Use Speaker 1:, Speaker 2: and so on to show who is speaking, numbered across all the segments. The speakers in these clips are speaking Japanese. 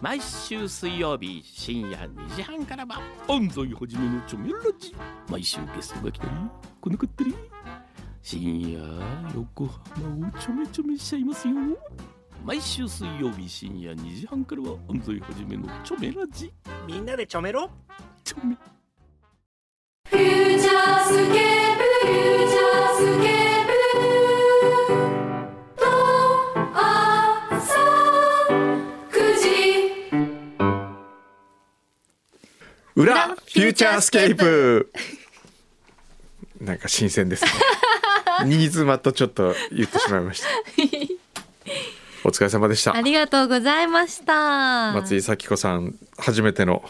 Speaker 1: 毎週水曜日深夜2時半からは安西はじめのチョメラジ毎週ゲストが来たり来なかったり深夜横浜をちょめちょめしちゃいますよ毎週水曜日深夜2時半からは安西はじめのチョメラジ
Speaker 2: みんなでちょめろ
Speaker 1: チョメ
Speaker 3: フューチャースケープフューチャースケープと朝9時
Speaker 4: 裏フューチャースケープ なんか新鮮 ですね新妻とちょっと言ってしまいましたお疲れ様でした
Speaker 5: ありがとうございました。
Speaker 4: 松井咲子さん初めての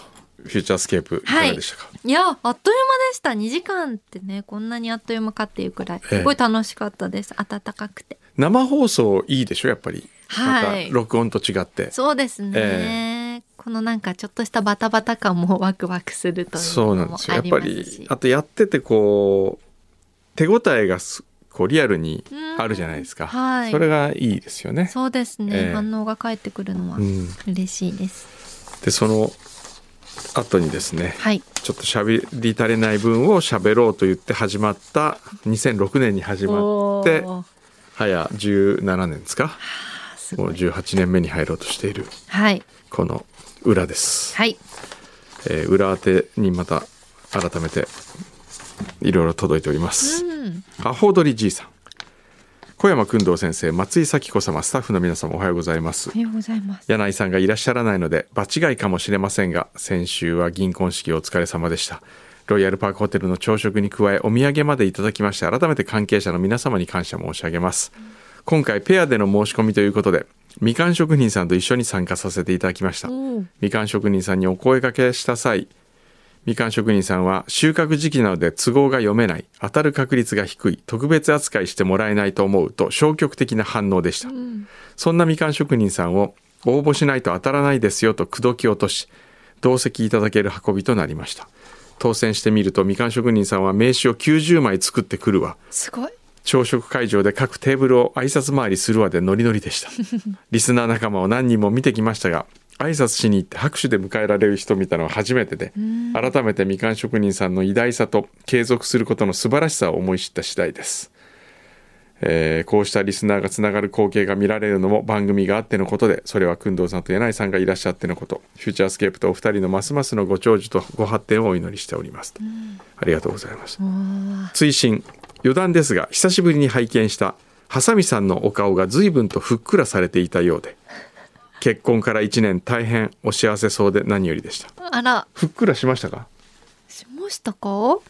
Speaker 4: フューチャースケープいかがでしたか、
Speaker 5: いや、あっという間でした。2時間ってね、こんなにあっという間かっていうくらい、
Speaker 4: ええ
Speaker 5: すごい楽しかったです。暖かくて。
Speaker 4: 生放送いいでしょやっぱり、
Speaker 5: はい
Speaker 4: また録音と違って
Speaker 5: そうですね。このなんかちょっとしたバタバタ感もワクワクするという
Speaker 4: そ
Speaker 5: の
Speaker 4: うなん
Speaker 5: も
Speaker 4: ですよ
Speaker 5: あ
Speaker 4: やっ
Speaker 5: り
Speaker 4: ぱ
Speaker 5: ます
Speaker 4: り
Speaker 5: し。
Speaker 4: あとやっててこう手応えがすこうリアルにあるじゃないですか、
Speaker 5: うんはい
Speaker 4: それがいいですよね
Speaker 5: そうですね、
Speaker 4: ええ
Speaker 5: 反応が返ってくるのは
Speaker 4: うん
Speaker 5: 嬉しいです。
Speaker 4: でその後にですね、
Speaker 5: はい。
Speaker 4: ちょっと喋り足れない分を喋ろうと言って始まった2006年に始まって
Speaker 5: おー
Speaker 4: 早17年ですか
Speaker 5: あす
Speaker 4: もう
Speaker 5: ごい。
Speaker 4: 18年目に入ろうとしている
Speaker 5: はい。
Speaker 4: この裏です、
Speaker 5: はい。
Speaker 4: えー裏宛てにまた改めていろいろ届いております、
Speaker 5: うん。
Speaker 4: アホドリじいさん小山君堂先生松井咲子様スタッフの皆様おはようございます
Speaker 5: おはようございます。
Speaker 4: 柳井さんがいらっしゃらないので場違いかもしれませんが先週は銀婚式お疲れ様でしたロイヤルパークホテルの朝食に加えお土産までいただきまして改めて関係者の皆様に感謝申し上げます今回ペアでの申し込みということでみかん職人さんと一緒に参加させていただきました
Speaker 5: おー
Speaker 4: みかん職人さんにお声掛けした際みかん職人さんは収穫時期なので都合が読めない当たる確率が低い特別扱いしてもらえないと思うと消極的な反応でした、そんなみかん職人さんを応募しないと当たらないですよと口説き落とし同席いただける運びとなりました当選してみるとみかん職人さんは名刺を90枚作ってくるわ
Speaker 5: すごい。
Speaker 4: 朝食会場で各テーブルを挨拶回りするわでノリノリでしたリスナー仲間を何人も見てきましたが挨拶しに行って拍手で迎えられる人見たのは初めてで改めてみかん職人さんの偉大さと継続することの素晴らしさを思い知った次第です、えーこうしたリスナーがつながる光景が見られるのも番組があってのことでそれは工藤さんと柳井さんがいらっしゃってのことフューチャースケープとお二人のますますのご長寿とご発展をお祈りしておりますとありがとうございます追伸余談ですが久しぶりに拝見したハサミさんのお顔が随分とふっくらされていたようで結婚から1年大変お幸せそうで何よりでした
Speaker 5: あら、
Speaker 4: ふっくらしましたか
Speaker 5: しましたかよ
Speaker 4: よ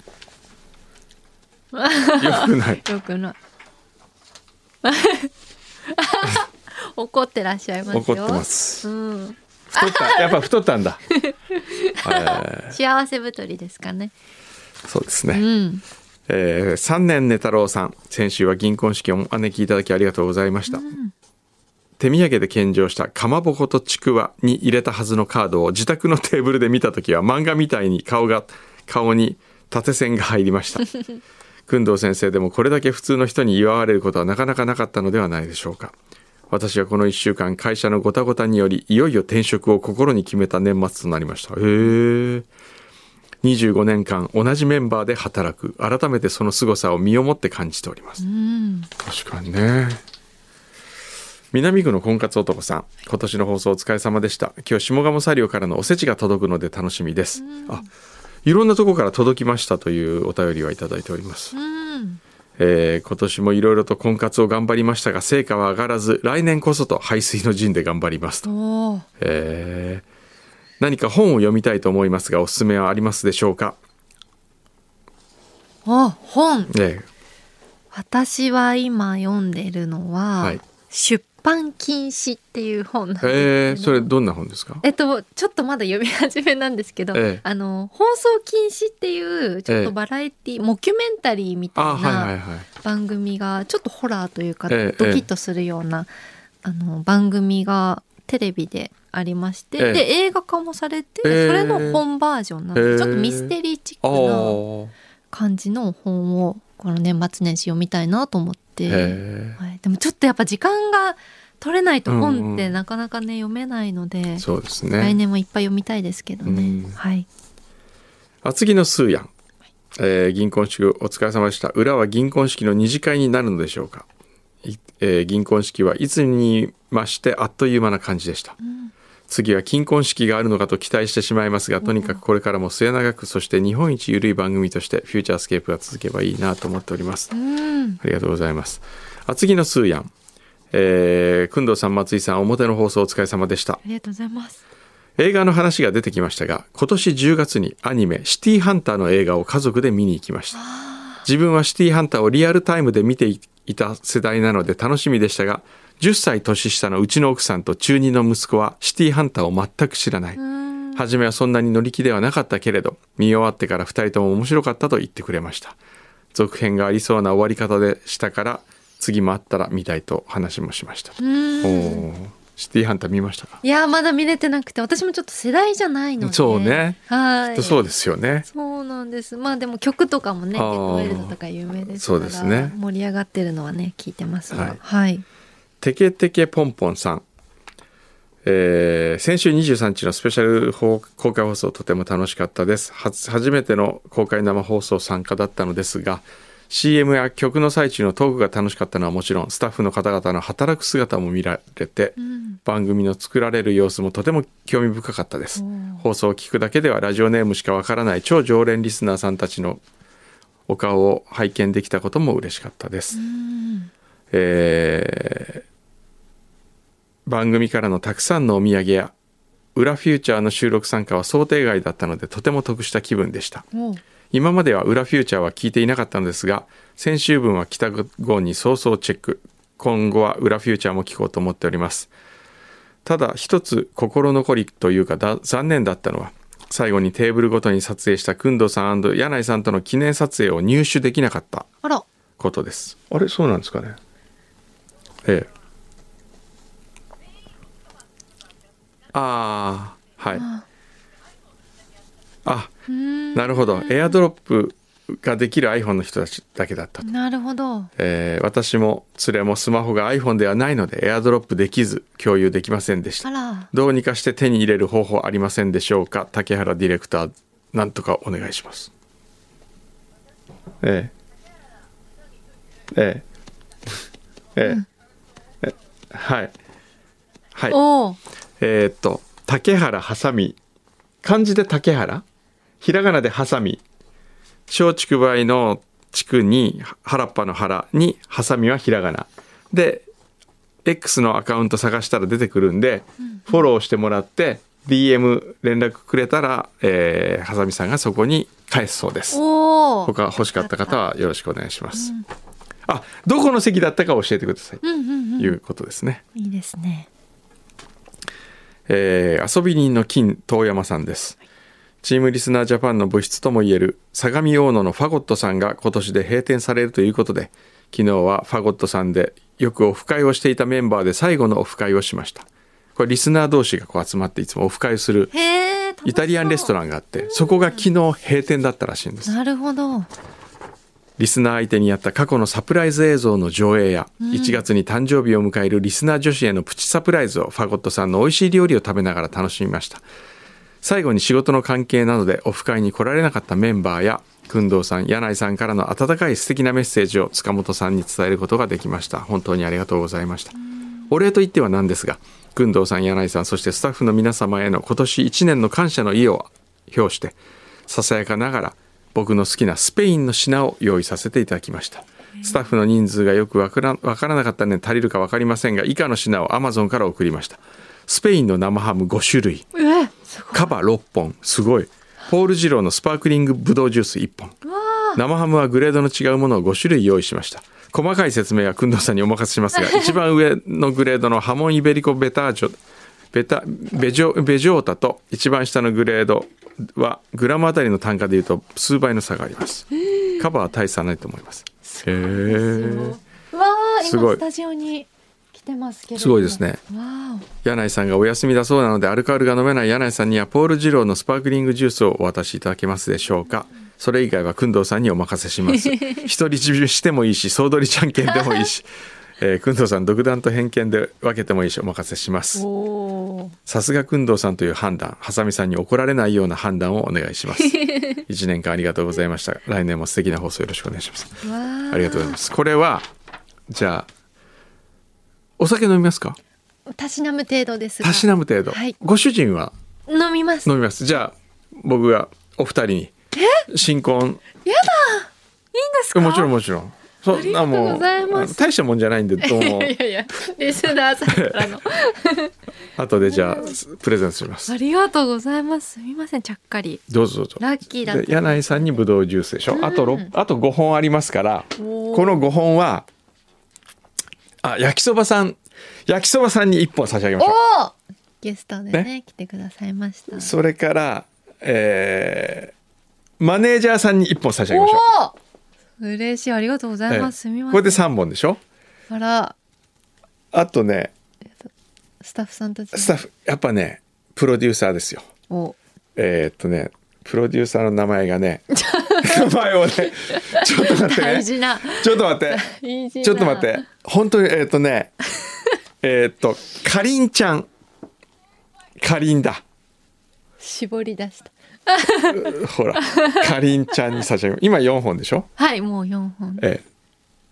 Speaker 4: くない
Speaker 5: く ない。怒ってらっしゃいますよ。
Speaker 4: 怒ってます
Speaker 5: うん。
Speaker 4: 太ったやっぱ太ったんだ
Speaker 5: 幸せ太りですかね。
Speaker 4: そうですね、
Speaker 5: うん。
Speaker 4: えー、三年寝太郎さん先週は銀婚式をお招きいただきありがとうございました、手土産で献上したかまぼことちくわに入れたはずのカードを自宅のテーブルで見た時は漫画みたいに顔が顔に縦線が入りました工藤先生でもこれだけ普通の人に祝われることはなかなかなかったのではないでしょうか私はこの1週間会社のごたごたによりいよいよ転職を心に決めた年末となりましたへえ25年間同じメンバーで働く改めてその凄さを身をもって感じております、確かにね南区の婚活男さん今年の放送お疲れ様でした今日下鴨サリオからのおせちが届くので楽しみです、あいろんなとこから届きましたというお便りはいただいております、えー今年もいろいろと婚活を頑張りましたが成果は上がらず来年こそと排水の陣で頑張りますと
Speaker 5: おー
Speaker 4: えー何か本を読みたいと思いますがおすすめはありますでしょうか、
Speaker 5: あ、本。
Speaker 4: ええ
Speaker 5: 私は今読んでるのは、
Speaker 4: はい
Speaker 5: 出版禁止っていう本なん
Speaker 4: え
Speaker 5: で
Speaker 4: ー
Speaker 5: すけ
Speaker 4: そ
Speaker 5: ど
Speaker 4: れどんな本ですか
Speaker 5: えっと、ちょっとまだ読み始めなんですけど、
Speaker 4: ええ
Speaker 5: あの放送禁止っていうちょっ
Speaker 4: ええ
Speaker 5: とバラエティ、モキュメンタリーみたいな、
Speaker 4: あはいはいはい
Speaker 5: 番組がちょっとホラーというかドキ
Speaker 4: ええ
Speaker 5: ッとするような、あの番組がテレビでありまして、
Speaker 4: ええ
Speaker 5: で映画化もされて、
Speaker 4: ええ
Speaker 5: それの本バージョンなんで、
Speaker 4: ええ
Speaker 5: ちょっとミステリーチ
Speaker 4: あ
Speaker 5: ックな
Speaker 4: ー
Speaker 5: 感じの本をこの年末年始読みたいなと思って、
Speaker 4: へ
Speaker 5: はい、でもちょっとやっぱ時間が取れないと
Speaker 4: うんうん
Speaker 5: 本ってなかなかね読めないので、
Speaker 4: そうです
Speaker 5: 来
Speaker 4: ね
Speaker 5: 年もいっぱい読みたいですけどね。
Speaker 4: うん
Speaker 5: はい。
Speaker 4: 厚木のスーヤン、えー銀婚式お疲れ様でした裏は銀婚式の二次会になるのでしょうか、いえー銀婚式はいつにましてあっという間な感じでした、次は金婚式があるのかと期待してしまいますがとにかくこれからも末永くそして日本一ゆるい番組としてフューチャースケープが続けばいいなと思っております、
Speaker 5: うん。
Speaker 4: ありがとうございます。厚木のスーヤン。えー、くんどうさん、松井さん、表の放送お疲れ様でした
Speaker 5: あ。りがとうございます。
Speaker 4: 映画の話が出てきましたが、今年10月にアニメ、シティーハンターの映画を家族で見に行きました。自分はシティーハンターをリアルタイムで見ていた世代なので楽しみでしたが、10歳年下のうちの奥さんと中2の息子はシティーハンターを全く知らない。初めはそんなに乗り気ではなかったけれど、見終わってから2人とも面白かったと言ってくれました。続編がありそうな終わり方でしたから、次もあったら見たいと話もしました。
Speaker 5: うん。
Speaker 4: おーシティーハンター見ましたか
Speaker 5: いやーまだ見れてなくて私もちょっと世代じゃないので
Speaker 4: そうね
Speaker 5: はい
Speaker 4: そうですよね。
Speaker 5: そうなんですまあでも曲とかもね結
Speaker 4: あー
Speaker 5: 構ワイルドとか有名です
Speaker 4: そ
Speaker 5: から
Speaker 4: うですね
Speaker 5: 盛り上がってるのはね聞いてますが
Speaker 4: はい
Speaker 5: はい、
Speaker 4: テケテケポンポンさん。えー先週23日のスペシャル放公開放送とても楽しかったですはつ初めての公開生放送参加だったのですが CM や曲の最中のトークが楽しかったのはもちろんスタッフの方々の働く姿も見られて、番組の作られる様子もとても興味深かったです放送を聞くだけではラジオネームしかわからない超常連リスナーさんたちのお顔を拝見できたことも嬉しかったです、えー番組からのたくさんのお土産や裏フューチャーの収録参加は想定外だったのでとても得した気分でした
Speaker 5: おう
Speaker 4: 今までは裏フューチャーは聞いていなかったのですが先週分は帰宅後に早々チェック今後は裏フューチャーも聞こうと思っておりますただ一つ心残りというかだ残念だったのは最後にテーブルごとに撮影した工藤さん柳井さんとの記念撮影を入手できなかった
Speaker 5: あら
Speaker 4: ことですあれそうなんですかねええああはいあなるほどエアドロップができる iPhone の人たちだけだったと、
Speaker 5: なるほど
Speaker 4: えー私も連れもスマホが iPhone ではないのでエアドロップできず共有できませんでした
Speaker 5: あら
Speaker 4: どうにかして手に入れる方法ありませんでしょうか竹原ディレクターなんとかお願いしますええええええ、えはいはい
Speaker 5: おお
Speaker 4: えーっと竹原ハサミ漢字で竹原ひらがなでハサミ松竹梅の地区に原っぱの原にハサミはひらがなで X のアカウント探したら出てくるんで、フォローしてもらって DM 連絡くれたら、えー、ハサミさんがそこに返すそうです
Speaker 5: おお
Speaker 4: 他欲しかった方はよろしくお願いします、あどこの席だったか教えてください、
Speaker 5: うんうんうん
Speaker 4: いうことですね
Speaker 5: いいですね
Speaker 4: えー遊び人の金遠山さんです。チームリスナージャパンの部室ともいえる相模大野のファゴットさんが今年で閉店されるということで昨日はファゴットさんでよくオフ会をしていたメンバーで最後のオフ会をしましたこれリスナー同士がこう集まっていつもオフ会をする
Speaker 5: へえ
Speaker 4: イタリアンレスト
Speaker 5: ン
Speaker 4: ランがあってそこが昨日閉店だったらしいんです
Speaker 5: なるほど
Speaker 4: リスナー相手にやった過去のサプライズ映像の上映や、1月に誕生日を迎えるリスナー女子へのプチサプライズをファゴットさんの美味しい料理を食べながら楽しみました。最後に仕事の関係などでオフ会に来られなかったメンバーや、工藤さん、柳井さんからの温かい素敵なメッセージを塚本さんに伝えることができました。本当にありがとうございました。お礼と言ってはなんですが、工藤さん、柳井さん、そしてスタッフの皆様への今年1年の感謝の意を表して、ささやかながら僕の好きなスペインの品を用意させていただきました。スタッフの人数がよくわからわからなかったので足りるかわかりませんが、以下の品を Amazon から送りました。スペインの生ハム5種類。
Speaker 5: うえすごい
Speaker 4: カバ6本すごいポール二郎のスパークリングブドウジュース1本生ハムはグレードの違うものを5種類用意しました細かい説明は工藤さんにお任せし ますが一番上のグレードのハモンイベリコベタージョベタベジョベジョータと一番下のグレードはグラムあたりの単価でいうと数倍の差がありますカバーは大差ないと思いますへえ
Speaker 5: うわあ
Speaker 4: すご
Speaker 5: 今
Speaker 4: い
Speaker 5: スタジオに来てますけれども
Speaker 4: すごいですね
Speaker 5: わお
Speaker 4: 柳井さんがお休みだそうなのでアルコールが飲めない柳井さんにはポール二郎のスパークリングジュースをお渡しいただけますでしょうかそ れ以外は工藤さんにお任せします独り占めしてもいいし総取りじゃんけんでもいいしえー、くんどうさん独断と偏見で分けてもいいしお任せします
Speaker 5: おー
Speaker 4: さすがくんどうさんという判断はさみさんに怒られないような判断をお願いし ます一年間ありがとうございました来年も素敵な放送よろしくお願いします
Speaker 5: わー
Speaker 4: ありがとうございますこれはじゃあお酒飲みますか
Speaker 5: たしなむ程度ですが
Speaker 4: たしなむ程度、
Speaker 5: はい
Speaker 4: ご主人は
Speaker 5: 飲みます
Speaker 4: 飲みますじゃあ僕がお二人に新婚
Speaker 5: いいんですか
Speaker 4: もちろんもちろんそ
Speaker 5: ありがとうございます
Speaker 4: んなもうあの大したもんじ ゃないんでどうも
Speaker 5: いやいやリスナーさんから の
Speaker 4: 後でじゃあプレゼントします
Speaker 5: ありがとうございますすみませんちゃっかり
Speaker 4: どうぞどうぞ
Speaker 5: ラッキーだった
Speaker 4: で柳井さんにブドウジュースでしょ、あとろあと5本ありますから
Speaker 5: おー
Speaker 4: この5本はあ焼きそばさん焼きそばさんに1本差し上げましょ
Speaker 5: おおゲストでね
Speaker 4: ね
Speaker 5: 来てくださいました
Speaker 4: うそれからえーマネージャーさんに1本差し上げましょう
Speaker 5: おお嬉しいありがとうございます、
Speaker 4: ええ
Speaker 5: すみま
Speaker 4: こ
Speaker 5: せん
Speaker 4: れで3本でしょ
Speaker 5: あら
Speaker 4: あとね
Speaker 5: スタッフさんたち
Speaker 4: スタッフやっぱねプロデューサーですよ
Speaker 5: お
Speaker 4: えーっとねプロデューサーの名前が ね名前をねちょっと待って
Speaker 5: 大
Speaker 4: ね
Speaker 5: 事な
Speaker 4: ちょっと待って
Speaker 5: 大事な
Speaker 4: ちょっと待って本当にえーっとねえーっとかりんちゃんかりんだ
Speaker 5: 絞り出した
Speaker 4: ほらかりんちゃんに差し上げ今4本でしょ、
Speaker 5: はいもう四本
Speaker 4: え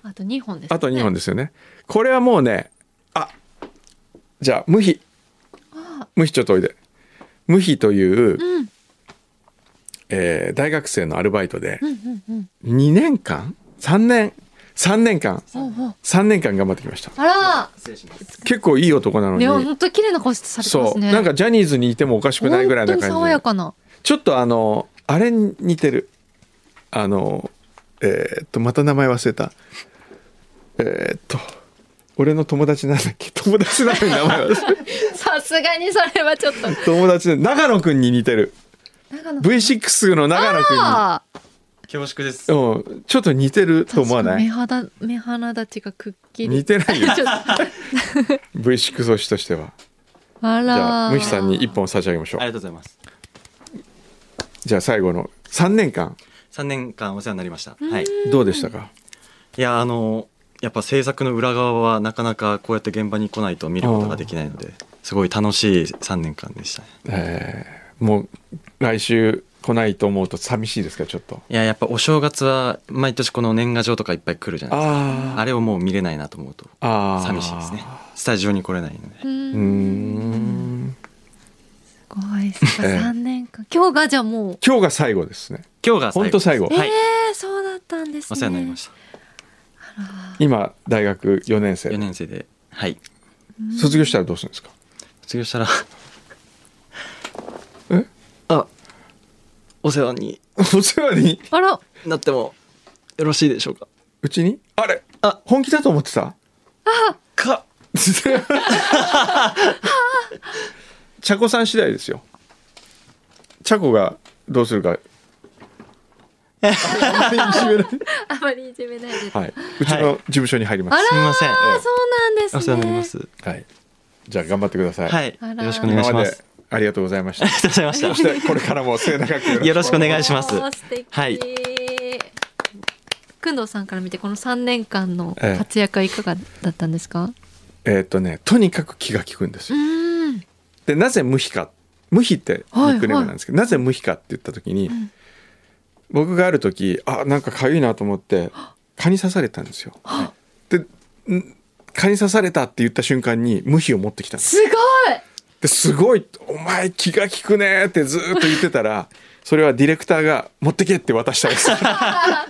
Speaker 5: あと二本です、
Speaker 4: ー
Speaker 5: ね、
Speaker 4: あと2本ですよねこれはもうねあじゃあ無比無比ちょっとおいで無比という、
Speaker 5: うん
Speaker 4: えー大学生のアルバイトで
Speaker 5: うんうんうん
Speaker 4: 2年間3年3年間
Speaker 5: おうおう
Speaker 4: 3年間頑張ってきました
Speaker 5: あら
Speaker 4: 結構いい男なのに
Speaker 5: ね本当綺麗な顔してされてま
Speaker 4: そ
Speaker 5: す
Speaker 4: う
Speaker 5: ね
Speaker 4: なんかジャニーズにいてもおかしくないぐらい
Speaker 5: 本当
Speaker 4: な
Speaker 5: に
Speaker 4: 感
Speaker 5: 爽や
Speaker 4: じ
Speaker 5: かな
Speaker 4: ちょっとあのあれに似てるあのえーっとまた名前忘れたえーっと俺の友達なんだっけ 友達なのに名前 忘れた
Speaker 5: さすがにそれはちょっと
Speaker 4: 友達で長野くんに似てる
Speaker 5: 長野
Speaker 4: V6 の長野く
Speaker 5: ああ
Speaker 2: 恐縮です。
Speaker 4: んに、うん、ちょっと似てると思わな
Speaker 5: 目
Speaker 4: い
Speaker 5: 肌目鼻立ちがくっきり
Speaker 4: 似てないよ
Speaker 5: ちょっ
Speaker 4: V6 推しとしては
Speaker 5: とあ
Speaker 4: じゃ
Speaker 5: ら
Speaker 4: あムヒさんに1本差し上げましょ
Speaker 2: あり
Speaker 4: う
Speaker 2: がとうございます。
Speaker 4: じゃあ最後の3年間
Speaker 2: 3年間お世話になりました。はい。い
Speaker 4: どうでしたか
Speaker 2: や、あの、やっぱ制作の裏側はなかなかこうやって現場に来ないと見ることができないので、すごい楽しい3年間でしたね。
Speaker 4: えーもう来週来ないと思うと寂しいですかちょっと
Speaker 2: いや、やっぱお正月は毎年この年賀状とかいっぱい来るじゃないです
Speaker 4: あ
Speaker 2: か。あれをもう見れないなと思うと
Speaker 4: あー
Speaker 2: 寂しいですね。スタジオに来れないので。
Speaker 4: うーん
Speaker 5: すごいそっか
Speaker 4: ええ
Speaker 5: 三年間今日がじゃあもう
Speaker 4: 今日が最後ですね
Speaker 2: 今日が
Speaker 4: ほんと最後
Speaker 2: はい。
Speaker 5: えー、そうだったんですね
Speaker 2: お世話になりました。
Speaker 4: 今大学4年生
Speaker 2: 4年生で。はい。
Speaker 4: 卒業したらどうするんですか
Speaker 2: 卒業 したら
Speaker 4: え
Speaker 2: あお世話に
Speaker 4: お世話に
Speaker 5: あら
Speaker 2: なってもよろしいでしょうか
Speaker 4: うちにあれ
Speaker 2: あ
Speaker 4: 本気だと思って た
Speaker 2: か
Speaker 4: 茶子さん次第ですよ茶子がどうする か
Speaker 5: あまりいじめないで、
Speaker 4: はい、うちの事務所に入ります
Speaker 5: あら
Speaker 2: すみません
Speaker 5: あそうなんですね
Speaker 2: お世話になります
Speaker 4: はい。じゃあ頑張ってください。。
Speaker 2: はいい
Speaker 5: あ
Speaker 2: よ
Speaker 5: ら
Speaker 2: ろしくお願い
Speaker 4: 今
Speaker 2: し
Speaker 4: ま
Speaker 2: ま
Speaker 4: ですありがとうございました。
Speaker 2: あり がとうござい
Speaker 4: そ
Speaker 2: ま
Speaker 4: してこれからも末永く
Speaker 2: したよろしくお願いし
Speaker 5: お
Speaker 2: ます
Speaker 5: ー素敵
Speaker 2: はい
Speaker 5: くんどうさんから見てこの三年間の活躍はいかがだったんですか、
Speaker 4: えっとね、とにかく気が利くんです
Speaker 5: う
Speaker 4: よ。
Speaker 5: ーん
Speaker 4: で、なぜ無比か、無比ってニックネームなんですけど、なぜ無比かって言った時に、僕がある時、あ、なんか痒いなと思って、蚊に刺されたんですよ。で、ん蚊に刺されたって言った瞬間に無比を持ってきたんです。
Speaker 5: すごい
Speaker 4: ですごい「お前気が利くね」ってずーっと言ってたらそれはディレクターが「持ってけ」って渡したん です、
Speaker 5: だ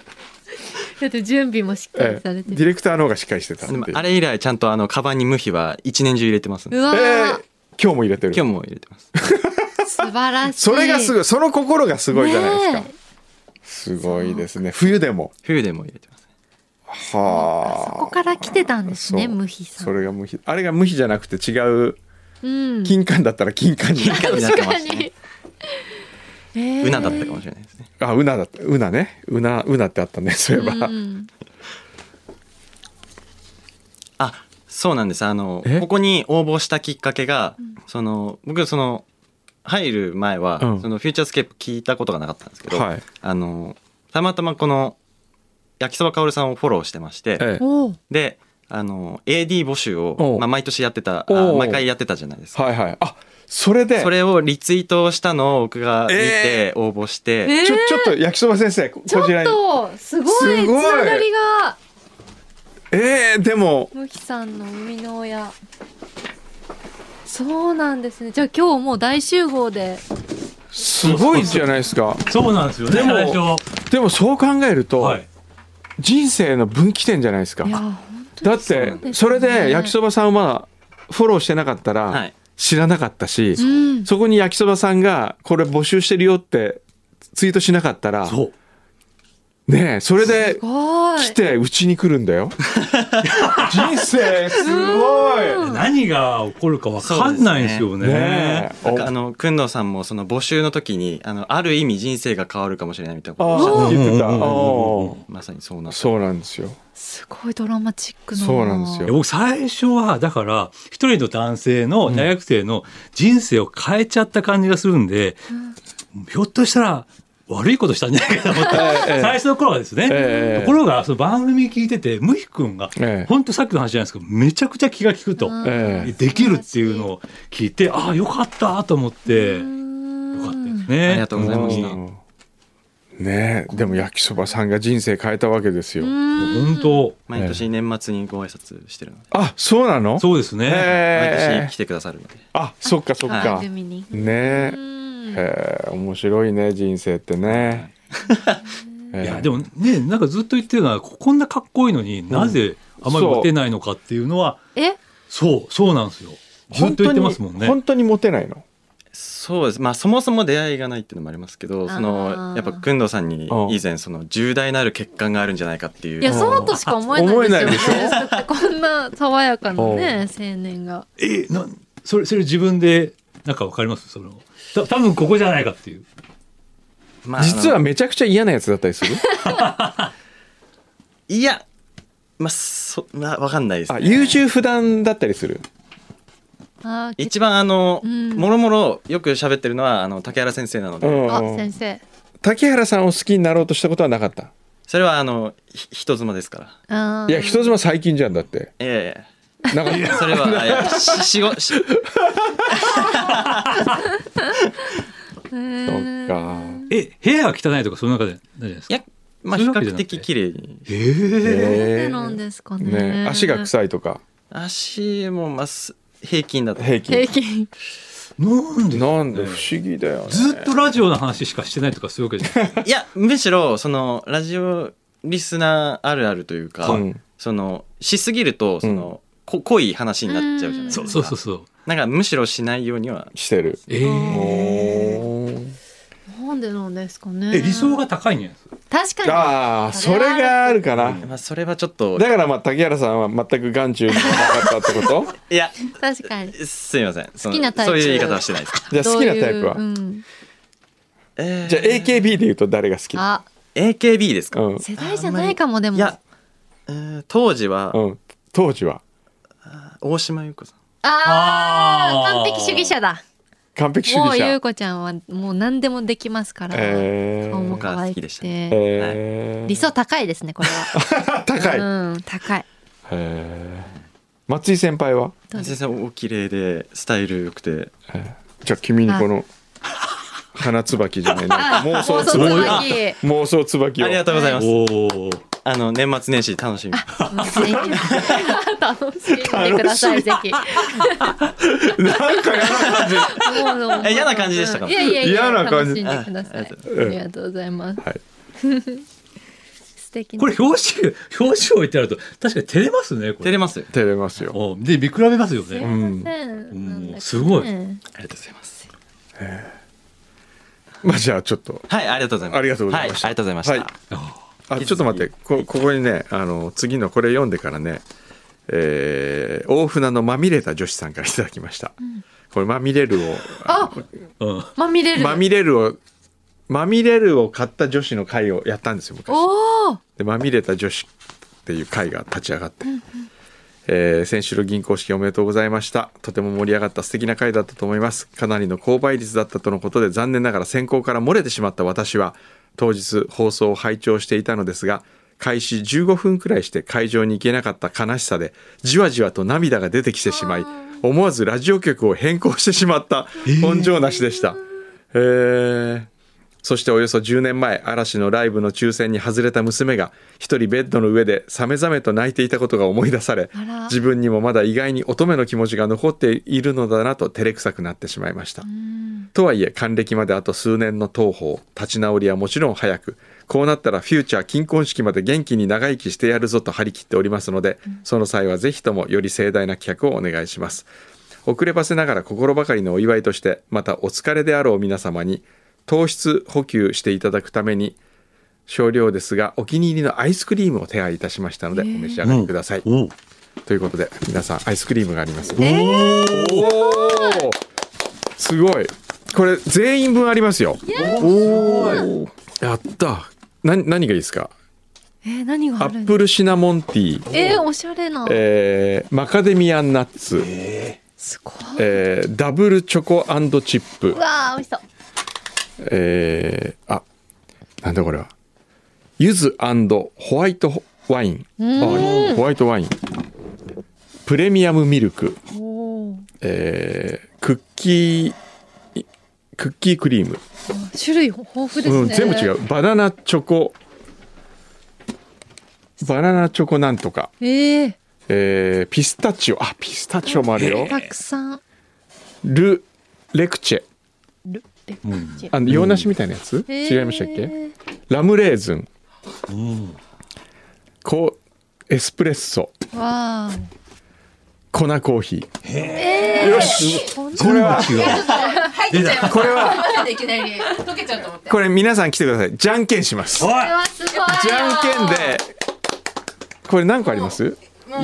Speaker 5: って準備もしっか
Speaker 4: え
Speaker 5: りさ
Speaker 4: え
Speaker 5: れて
Speaker 4: デ
Speaker 5: る、
Speaker 4: ィレクターの方がしっかりしてたっ
Speaker 2: す
Speaker 4: てい
Speaker 2: で
Speaker 4: う
Speaker 2: もあれ以来ちゃんとあのカバンに無比は一年中入れてますんで
Speaker 5: うわー、
Speaker 4: えー今日も入れてる
Speaker 2: 今日も入れてます
Speaker 5: 素晴らしい
Speaker 4: それがすごいその心がすごいじゃないですか、
Speaker 5: ね
Speaker 4: すごいですね冬でも
Speaker 2: 冬でも入れてます
Speaker 4: はあ
Speaker 5: そこから来てたんですね
Speaker 4: そう
Speaker 5: 無比さん
Speaker 4: それが無比あれが無比じゃなくて違う
Speaker 5: うん
Speaker 4: 金柑だったら金柑になる
Speaker 2: になってましたね
Speaker 5: えー
Speaker 2: うなだったかもしれないですね
Speaker 4: あうなだったうなねうなうなってあったねそういえば、
Speaker 5: うん
Speaker 2: あそうなんですあの
Speaker 4: え
Speaker 2: ここに応募したきっかけが、その僕その入る前は、
Speaker 4: うん
Speaker 2: そのフューチャースケープ聞いたことがなかったんですけど、
Speaker 4: はい
Speaker 2: あのたまたまこの焼きそばかおるさんをフォローしてまして、
Speaker 4: ええ
Speaker 5: おー
Speaker 2: であの AD 募集
Speaker 4: お
Speaker 2: を
Speaker 4: う、
Speaker 2: まあ、毎年やってたあ
Speaker 4: おう
Speaker 2: 毎回やってたじゃないですか
Speaker 4: はいはいあそれで
Speaker 2: それをリツイートしたのを僕が見て応募して、
Speaker 5: え
Speaker 4: ちょちょっと焼きそば先生こ
Speaker 5: ちょっ
Speaker 4: ちらに
Speaker 5: とすご
Speaker 4: す
Speaker 5: いつ
Speaker 4: ごい
Speaker 5: ながりが
Speaker 4: えー、でも
Speaker 5: むきさんの生みの親そうなんですねじゃあ今日もう大集合です
Speaker 4: ごいじゃないですか
Speaker 6: そうなんですよね。
Speaker 4: でも
Speaker 6: 最初
Speaker 4: でもそう考えると、
Speaker 6: はい。
Speaker 4: 人生の分岐点じゃないですか
Speaker 5: いや本
Speaker 4: だっ
Speaker 2: そうなん
Speaker 5: ですね
Speaker 4: てそれで焼きそばさんはフォローしてなかった
Speaker 2: は
Speaker 4: ら
Speaker 2: い
Speaker 4: 知らなかったし、
Speaker 5: 当うん
Speaker 4: そこに焼きそばさんがこれ募集してるよってツイートしなかったら
Speaker 6: そう。
Speaker 4: ねえそれです
Speaker 5: ごい
Speaker 4: 来てうちに来るんだよ人生すごい
Speaker 6: 何が起こるかわかんないんですよね。
Speaker 4: ねえ
Speaker 2: なんかあのくんのさんもその募集の時にあのある意味人生が変わるかもしれないみたいなことをおっしゃって
Speaker 4: ああ言ってた
Speaker 6: うんうんうん
Speaker 4: おー
Speaker 2: まさにそうなんです
Speaker 4: そうなんですよ
Speaker 5: すごいドラマチックな
Speaker 4: そうなんです
Speaker 6: い
Speaker 4: よ
Speaker 6: や僕最初はだから一人の男性の大学生の人生を変えちゃった感じがするんで、ひょっとしたら悪いことしたんじゃないかと思った、
Speaker 4: ええ
Speaker 6: 最初の頃はですね、
Speaker 4: ええ
Speaker 6: ところがその番組聞いててムヒ君が、
Speaker 4: ええ
Speaker 6: ほんとさっきの話じゃないですけどめちゃくちゃ気が利くと、
Speaker 5: うん
Speaker 4: ええ
Speaker 6: できるっていうのを聞いてああよかったと思って、よかった
Speaker 5: ん
Speaker 6: ですね。
Speaker 2: ありがとうございました
Speaker 4: うんねえでも焼きそばさんが人生変えたわけですよ
Speaker 6: 本当
Speaker 2: 毎年年末にご挨拶してるので、
Speaker 4: あそうなの
Speaker 6: そうですね。
Speaker 4: え
Speaker 2: 毎
Speaker 4: え
Speaker 2: 年来てくださるので
Speaker 4: あそっかそっか
Speaker 5: 番組に
Speaker 4: ね
Speaker 5: う
Speaker 4: え
Speaker 5: ん
Speaker 4: へえ面白いね人生ってね
Speaker 6: いや
Speaker 4: も
Speaker 6: でもねなんかずっと言ってるのはここんなかっこいいのになぜあまりモテないのかっていうのは、
Speaker 5: え
Speaker 6: そうそうなんですよ。ずっと言ってますもんね。
Speaker 4: 本当にモテないの
Speaker 2: そうですまあそもそも出会いがないっていうのもありますけどそ
Speaker 5: あ
Speaker 2: の
Speaker 5: ー
Speaker 2: やっぱくんどさんに
Speaker 4: うん
Speaker 2: 以前その重大なる欠陥があるんじゃないかっていう
Speaker 5: いやそうとしか思えないですよね
Speaker 4: 思え
Speaker 5: だってこんな爽やかなね青年が
Speaker 6: えなそれそれ自分でなんかわかりますそのた多分ここじゃないかっていう。
Speaker 2: まああの
Speaker 4: 実はめちゃくちゃ嫌なやつだったり する
Speaker 2: いやまあそまあわかんないです、
Speaker 4: あ
Speaker 2: ね、
Speaker 4: 優柔不断だったりする
Speaker 5: あーき
Speaker 2: 一番あの、
Speaker 5: うん
Speaker 2: もろもろよく喋ってるのはあの竹原先生なので、
Speaker 4: うん
Speaker 5: あ先生
Speaker 4: 竹原さんを好きになろうとしたことはなかった
Speaker 2: それはあのひ人妻ですから
Speaker 5: あー
Speaker 4: いや人妻最近じゃんだって
Speaker 2: ええ
Speaker 4: なかった
Speaker 2: それ は、ええししごし
Speaker 5: うー
Speaker 4: そ
Speaker 5: ん
Speaker 4: っか
Speaker 6: え部屋が汚いとかその中でないじゃないです
Speaker 2: い
Speaker 6: か。
Speaker 2: やまあ
Speaker 6: そうい
Speaker 2: 比
Speaker 6: うわけ
Speaker 2: 較
Speaker 6: じゃなくて
Speaker 2: 的綺麗に
Speaker 6: え
Speaker 5: なん
Speaker 4: え
Speaker 5: でなんですかね
Speaker 4: ね足が臭いとか
Speaker 2: 足もまあす平均だと
Speaker 4: 平
Speaker 5: 平
Speaker 4: 均
Speaker 5: 均
Speaker 6: なんで
Speaker 4: なんで不思議だよね
Speaker 6: ずっとラジオの話しかしてないとかそういうわけじ ゃない。
Speaker 2: いやむしろそのラジオリスナーあるあるというか、
Speaker 4: うん
Speaker 2: そのしすぎるとその、こ濃い話になっちゃうじゃないです
Speaker 6: そ
Speaker 2: か
Speaker 6: うそうそうそう。
Speaker 2: なんかむしろしないようには
Speaker 4: してる
Speaker 6: ええ
Speaker 5: なんでなんですかね
Speaker 6: え理想が高いんじゃないです
Speaker 5: 確か
Speaker 6: か。
Speaker 5: に
Speaker 4: ああそれがあるかな
Speaker 2: まあそれはちょっと
Speaker 4: だからまあ竹原さんは全く眼中になかったってこと
Speaker 2: いや
Speaker 5: 確かに
Speaker 2: すいません好
Speaker 5: 好きなタイプ
Speaker 2: そういう言い方はしてないです
Speaker 4: じゃあ好きなタイプは
Speaker 5: どういううん
Speaker 2: えー
Speaker 4: じゃあ AKB で言うと誰が好き
Speaker 5: あ
Speaker 2: AKB ですか、
Speaker 4: うん
Speaker 5: 世代じゃないかもでも
Speaker 2: いや、えー当時は
Speaker 4: うん当時は
Speaker 2: 大島優子さん
Speaker 5: ああ
Speaker 6: あー
Speaker 5: 完璧主義者だ
Speaker 4: 完璧主
Speaker 5: もう
Speaker 4: 義
Speaker 5: ゆう
Speaker 4: 者
Speaker 5: こちゃんはもう何でもできますから、
Speaker 4: え
Speaker 5: 顔も
Speaker 4: ー
Speaker 5: 可愛く
Speaker 2: 僕は好きでした
Speaker 5: て、
Speaker 4: えー
Speaker 5: 理想高いですねこれは、
Speaker 4: 高い
Speaker 5: うん高い
Speaker 4: えー松井先輩は
Speaker 5: どうです
Speaker 2: 先生お綺麗でスタイル良くて
Speaker 4: じゃあ君にこの花椿じゃないな妄想
Speaker 5: つ
Speaker 4: 椿妄想椿を
Speaker 2: ありがとうございます、
Speaker 6: おお。
Speaker 2: あの年末年始楽しみに
Speaker 5: 楽しんでくださいぜひ
Speaker 4: なんか嫌な感じ
Speaker 5: もうもう
Speaker 2: え嫌な感じでしたか
Speaker 5: いやいやいや
Speaker 4: 嫌な感じ
Speaker 5: 楽しんでください
Speaker 4: う
Speaker 5: あ
Speaker 4: ん
Speaker 5: りがとうございます、
Speaker 4: はい
Speaker 5: 素敵な
Speaker 6: これ表紙表紙置いてあると確かに照れますねこれ
Speaker 2: 照れますあ
Speaker 4: 照れますよ
Speaker 6: おで見比べますよ
Speaker 5: すい
Speaker 6: ね
Speaker 5: ません、なんだ
Speaker 6: うんすごい
Speaker 2: りがとうございます
Speaker 4: まあじゃあちょっと
Speaker 2: はいありがとうございます
Speaker 4: ありがとうございました
Speaker 2: はありがとうございました、
Speaker 4: はいあちょっと待ってこここにねあの次のこれ読んでからね、えー大船のまみれた女子さんからいただきました、これまみれるを
Speaker 5: あ
Speaker 6: うん
Speaker 5: まみれる
Speaker 4: まみれるをまみれるを買った女子の会をやったんですよ昔
Speaker 5: おお
Speaker 4: でまみれた女子っていう会が立ち上がって、えー先週の銀行式おめでとうございましたとても盛り上がった素敵な会だったと思いますかなりの高倍率だったとのことで残念ながら選考から漏れてしまった私は当日放送を拝聴していたのですが開始15分くらいして会場に行けなかった悲しさでじわじわと涙が出てきてしまい思わずラジオ局を変更してしまった本性なしでした。へーそしておよそ10年前嵐のライブの抽選に外れた娘が一人ベッドの上でさめざめと泣いていたことが思い出され
Speaker 5: あら
Speaker 4: 自分にもまだ意外に乙女の気持ちが残っているのだなと照れくさくなってしまいました。とはいえ還暦まであと数年の東方立ち直りはもちろん早くこうなったらフューチャー金婚式まで元気に長生きしてやるぞと張り切っておりますので、その際はぜひともより盛大な企画をお願いします遅ればせながら心ばかりのお祝いとしてまたお疲れであろう皆様に糖質補給していただくために少量ですがお気に入りのアイスクリームを手配いたしましたのでお召し上がりください、
Speaker 6: おう
Speaker 4: ということで皆さんアイスクリームがあります
Speaker 6: おう
Speaker 4: おおすごいこれ全員分ありますよおおやったな何がいいですか
Speaker 5: えー何が
Speaker 4: ア
Speaker 5: ある
Speaker 4: ッ
Speaker 5: ん
Speaker 4: プ
Speaker 5: だ
Speaker 4: ルシナモンティー、
Speaker 5: えー、おしゃれな。
Speaker 4: えーマカデミアンナッツ、
Speaker 5: すごい。
Speaker 4: えーダブルチョコチップ
Speaker 5: う、わあ、美味しそう。
Speaker 4: えーあなんだこれは柚子ホワイトワインあホワイトワインプレミアムミルク、
Speaker 5: おー
Speaker 4: えークッキークッキークリーム
Speaker 5: 種類豊富ですね。
Speaker 4: うん、全部違うバナナチョコバナナチョコなんとか、
Speaker 5: ええ
Speaker 4: えーピスタチオあピスタチオもあるよ
Speaker 5: たくさん。
Speaker 4: ル・レクチェ
Speaker 5: ルレクチェ
Speaker 4: あの洋梨みたいなやつ、
Speaker 5: えー
Speaker 4: 違いましたっけラムレーズン、こうエスプレッソ
Speaker 5: わあ。
Speaker 4: 粉コーヒ
Speaker 6: 全部違う出た
Speaker 4: ーこれは
Speaker 7: でいきなり溶けちゃう と思って。
Speaker 4: これ皆さん来てくださいじゃんけんします
Speaker 6: おい
Speaker 5: すごい。
Speaker 4: じゃんけんでこれ何個あります
Speaker 7: もう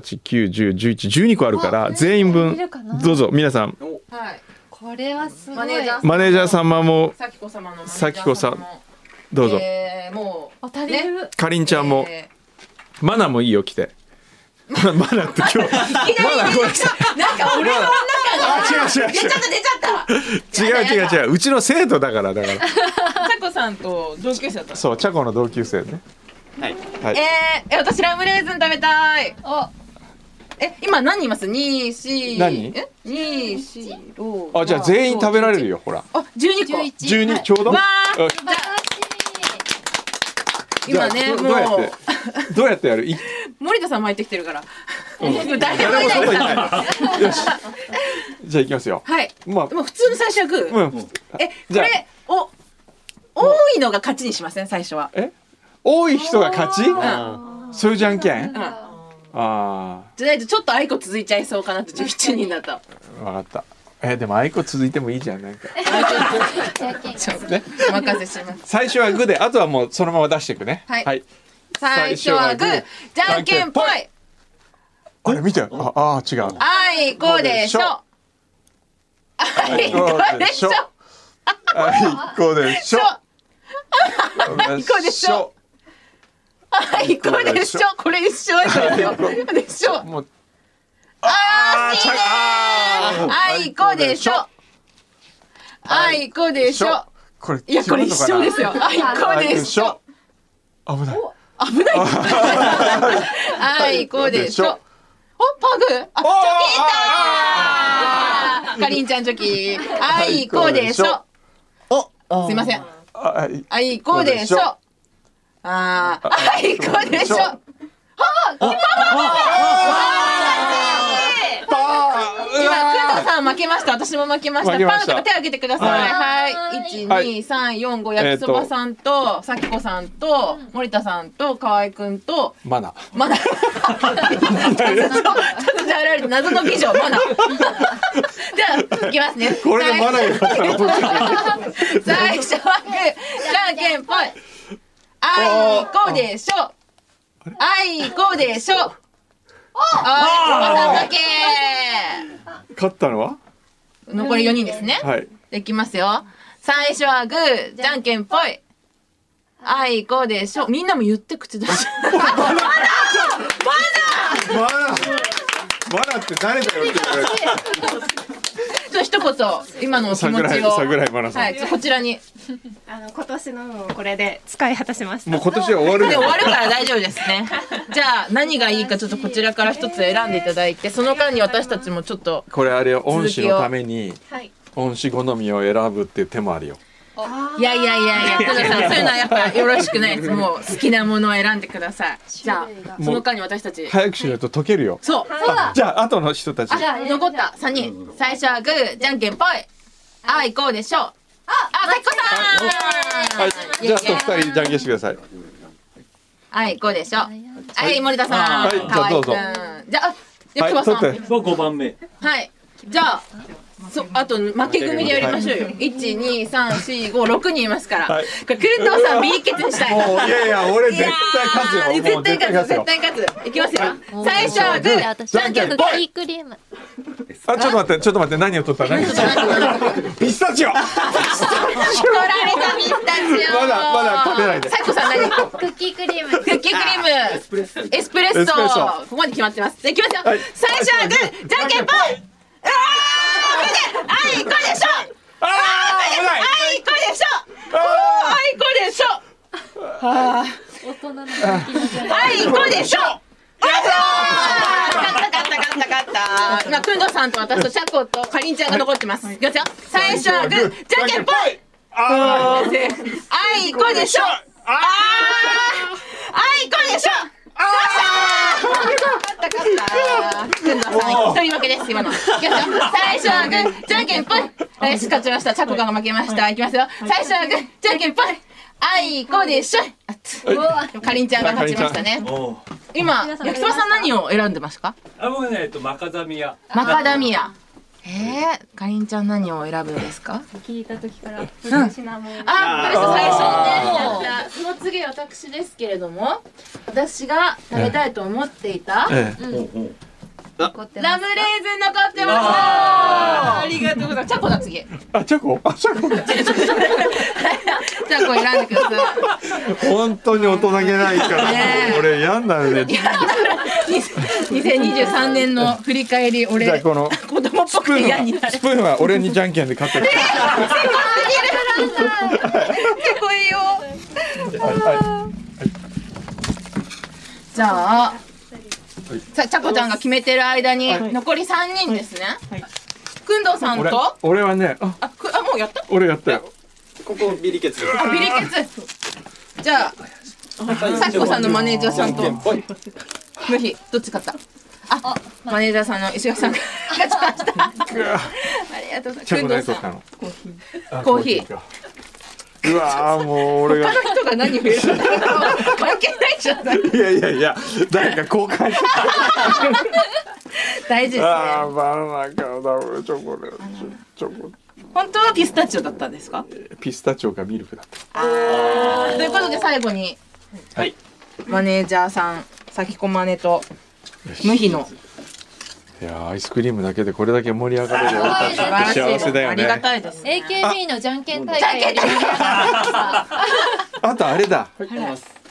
Speaker 4: ?123456789101112個あるから全員分
Speaker 5: 見れるかな
Speaker 4: どうぞ皆さん
Speaker 7: はい。
Speaker 5: これはすごい。
Speaker 7: マネージャー
Speaker 4: マネージャー様も
Speaker 7: さきこ様のマネージャー様も。
Speaker 4: 咲子さんどうぞ、
Speaker 7: えーもう。
Speaker 5: お足りる。
Speaker 4: かりんちゃんも、
Speaker 7: えー
Speaker 4: マナもいいよ来 てマナって今日マナごめんなさい
Speaker 7: なんか俺の中
Speaker 4: あ違う違う
Speaker 7: 出ちゃった出ちゃっ
Speaker 4: 違う違う違ううちの生徒だからだから
Speaker 7: た。さこさんと同級生だったの。
Speaker 4: そうチャコの同級生ねはい、はい、
Speaker 7: えーえ私ラムレーズン食べたい。
Speaker 5: あ、
Speaker 7: え今何人います？二四
Speaker 4: 何
Speaker 7: え二四六。
Speaker 4: あじゃあ全員食べられる
Speaker 7: よ。
Speaker 4: よほら
Speaker 7: あ十二個。
Speaker 5: 11
Speaker 4: 12、
Speaker 5: はい
Speaker 4: ちょうど
Speaker 7: わー
Speaker 4: あじゃ
Speaker 7: 今
Speaker 4: あ
Speaker 7: ね
Speaker 4: ど
Speaker 7: も
Speaker 4: どうやって
Speaker 7: う
Speaker 4: どうやってやるい
Speaker 7: 森田さん巻いてきてるから。で も誰も
Speaker 4: 誰
Speaker 7: い
Speaker 4: も
Speaker 7: ない
Speaker 4: 外
Speaker 7: か
Speaker 4: 行
Speaker 7: ら。
Speaker 4: ないよしじゃあ行きますよ
Speaker 7: はい。
Speaker 4: まあ
Speaker 7: もう普通の最初はグー。
Speaker 4: うん
Speaker 7: え、こ
Speaker 4: じゃあ
Speaker 7: れ、お、多いのが勝ちにしません、最初は。
Speaker 4: え多い人が勝ち
Speaker 7: ん
Speaker 4: そういうじゃんけん
Speaker 7: うん。
Speaker 4: あ
Speaker 7: じゃないとちょっとあいこ続いちゃいそうかなと、11人だと。
Speaker 4: あわかったえでもあいこ続いてもいいじゃんなんか
Speaker 7: ちょっとね、お任せします。
Speaker 4: 最初はグーであとはもうそのまま出していくね
Speaker 7: はい 最初はグー、じゃんけんぽい。
Speaker 4: あれ見てああー違う
Speaker 7: あいこでしょ。あいこでしょ。
Speaker 4: あいこでしょあい
Speaker 7: こでしょあいこでしょ。これ一緒ですよ。でしょ。
Speaker 4: もう
Speaker 7: あー、しいね
Speaker 4: あ
Speaker 7: ー。あいこでしょ。あいこでしょ。
Speaker 4: これ
Speaker 7: いや、これ一緒ですよ。あいこ
Speaker 4: あいこ
Speaker 7: で
Speaker 4: で
Speaker 7: し
Speaker 4: し
Speaker 7: ょ
Speaker 4: ょ。危ない
Speaker 7: 危 ない。あいこでしょ。お、パグ。あ、チョキいた。かりんちゃんチョキ。あいこでしょ。お、すいません。
Speaker 4: あい
Speaker 7: あいこでしょ。あー、あいこでしょ。あ、
Speaker 4: パー
Speaker 7: 今、くんたさん負けました。私も負けました。
Speaker 4: 負け
Speaker 7: パン
Speaker 4: ま
Speaker 7: と
Speaker 4: した
Speaker 7: か手を挙げてください。はい。一
Speaker 4: はい
Speaker 7: 二三四五焼きそばさんと、さきこさんと、森田さんと、河合くんと、
Speaker 4: マナ
Speaker 7: まだ。ちょっとじゃられて謎の美女、まだ。じゃあ、いきますね。
Speaker 4: これでマナが勝ったら面白い
Speaker 7: 最初はグー、じゃんけんぽい。あいこでしょ。あいこでしょ。あいこさんだけ。
Speaker 4: 勝ったのは
Speaker 7: 残り四人ですね。
Speaker 4: はい
Speaker 7: いきますよ。最初はグー、じゃんけんぽい。あいこでしょ。みんなも言って口出し。
Speaker 4: マナマナって誰だよって言われる
Speaker 7: ちょっと一言、今のお気持
Speaker 4: 桜
Speaker 7: ち
Speaker 4: 井
Speaker 7: を。
Speaker 4: 桜井マナさん
Speaker 7: はい、こちらに。
Speaker 8: あの今年の運をこれで使い果たしました。
Speaker 4: もう今年は終わる
Speaker 7: で
Speaker 4: よ
Speaker 7: 終わるから大丈夫ですね。じゃあ何がいいかちょっとこちらから一つ選んでいただいて、その間に私たちもちょっと
Speaker 4: これあれよ恩師のために
Speaker 8: はい。
Speaker 4: 恩師好みを選ぶっていう手もあるよ
Speaker 7: いやいやいやいや、工藤さん、そういうのはやっぱよろしくないです。もう好きなものを選んでください。じゃあ、その間に私たち。
Speaker 4: 早くしないと溶けるよ
Speaker 7: そう。
Speaker 4: あじゃあ後の人たち
Speaker 7: あ、残った三人。最初はグー、じゃんけんぽい。あ、行こうでしょう。あ、あ、さきこさん。
Speaker 4: はいじゃああと二人じゃんけんしてください
Speaker 7: あ、行こうでしょう。はい、森田さ
Speaker 4: は
Speaker 7: ん。
Speaker 4: いじゃあどうぞ
Speaker 7: 河合くんじゃあ、あよくばさ
Speaker 4: はい取
Speaker 7: ん
Speaker 4: っ。
Speaker 6: 僕5番目。
Speaker 7: はい。じゃあ、そあと負け組でやりましょうよ。一二三四五六人いますから。
Speaker 4: はい
Speaker 7: これ工藤さん B 決にしたい。
Speaker 4: もういやいや俺絶対勝つよもう
Speaker 7: 絶対勝つ
Speaker 4: よ
Speaker 7: 絶対勝ついきますよ最初はグー
Speaker 5: 私はクッキークリーム。
Speaker 4: あちょっと待ってちょっと待って何を取った何を取ったピスタチオ
Speaker 7: 取られたピスタチオ
Speaker 4: まだまだ食べないで
Speaker 7: サイコさん何ク
Speaker 5: クッキークリーム。
Speaker 7: ッキークリームエスプレ
Speaker 4: エ
Speaker 7: ッ
Speaker 4: スプレッソ
Speaker 7: ソここまで決まってますじゃあいきますよ、最初はグーじゃんけんぽんあー負けてあいこでしょ
Speaker 4: あー危ない
Speaker 7: あいこでしょあいこでしょ
Speaker 5: 大人の。
Speaker 7: あいこでしょあー勝った勝った勝った勝った今くんどさんと私とシャコとかりんちゃんが残ってますいきますよ最初はグーじゃんけんぽん
Speaker 4: あー
Speaker 7: あいこでしょああいこでしょああ勝った勝ったくんどさん一人負けです今のいきますよ最初はグーじゃんけんぽいよし勝ちましたチャコが負けましたいきますよ最初はグーじゃんけんぽいあいこでしょあつかりんちゃんが勝ちましたね
Speaker 6: おう
Speaker 7: 今焼きそばさん何を選んでますか
Speaker 6: あ、僕ね、えっと、マカダミア。
Speaker 7: マカダミアえー、かりんちゃん何を選ぶんですか
Speaker 8: 聞いた時から私なも
Speaker 7: あ、そう最初ねやった。その次私ですけれども、私が食べたいと思っていた
Speaker 4: ええ
Speaker 7: ラムレーズン残ってました。ありがとうございます。チャコだ次。じ
Speaker 4: あチョコあチョコ
Speaker 7: ゃあこれ選んでくださ
Speaker 4: 本当に大人げないから、
Speaker 7: ねえ
Speaker 4: 俺嫌になるねじ
Speaker 7: い。2023年の振り返り、
Speaker 4: ゃあ
Speaker 7: 俺
Speaker 4: この
Speaker 7: 子供っぽくて嫌になる。
Speaker 4: スプーンは俺にじゃんけんで勝ってる
Speaker 7: 結構いいよ。
Speaker 4: は
Speaker 7: じゃあ。さチャコちゃんが決めてる間に残り3人ですね。くんどうさ
Speaker 4: い
Speaker 7: ん
Speaker 4: 俺
Speaker 7: と
Speaker 4: 俺はねあ
Speaker 7: あくあもうやった
Speaker 4: 俺やったよ
Speaker 2: ここビリケツ
Speaker 7: あビリケツじゃあさきこさんのマネージャーさんと無比どっち勝ったあマネージャーさんの石垣さんが勝ちましたありがとうご
Speaker 4: チ
Speaker 7: ざ
Speaker 4: ョ
Speaker 7: い
Speaker 4: コ何
Speaker 7: ます
Speaker 4: 取っ
Speaker 7: 工藤さ
Speaker 4: た
Speaker 7: ん
Speaker 4: の
Speaker 7: コーヒー
Speaker 4: かうわーもう俺が
Speaker 7: 他の人が何増えるの関係ないじゃん
Speaker 4: いやいやいや誰か交換して
Speaker 7: 大事ですね
Speaker 4: あーバナナからだ俺チョコだチョコ
Speaker 7: 本当はピスタチオだったんですか
Speaker 4: ピスタチオかミルクだった
Speaker 7: ということで最後に
Speaker 4: はい
Speaker 7: マネージャーさんさきこマネと無比の
Speaker 4: いやーアイスクリームだけでこれだけ盛り上がれるよ
Speaker 7: 素晴らしい
Speaker 4: 幸せだよね
Speaker 7: ありがたいですね
Speaker 5: AKB のじゃんけん大会より。
Speaker 4: あとあれだ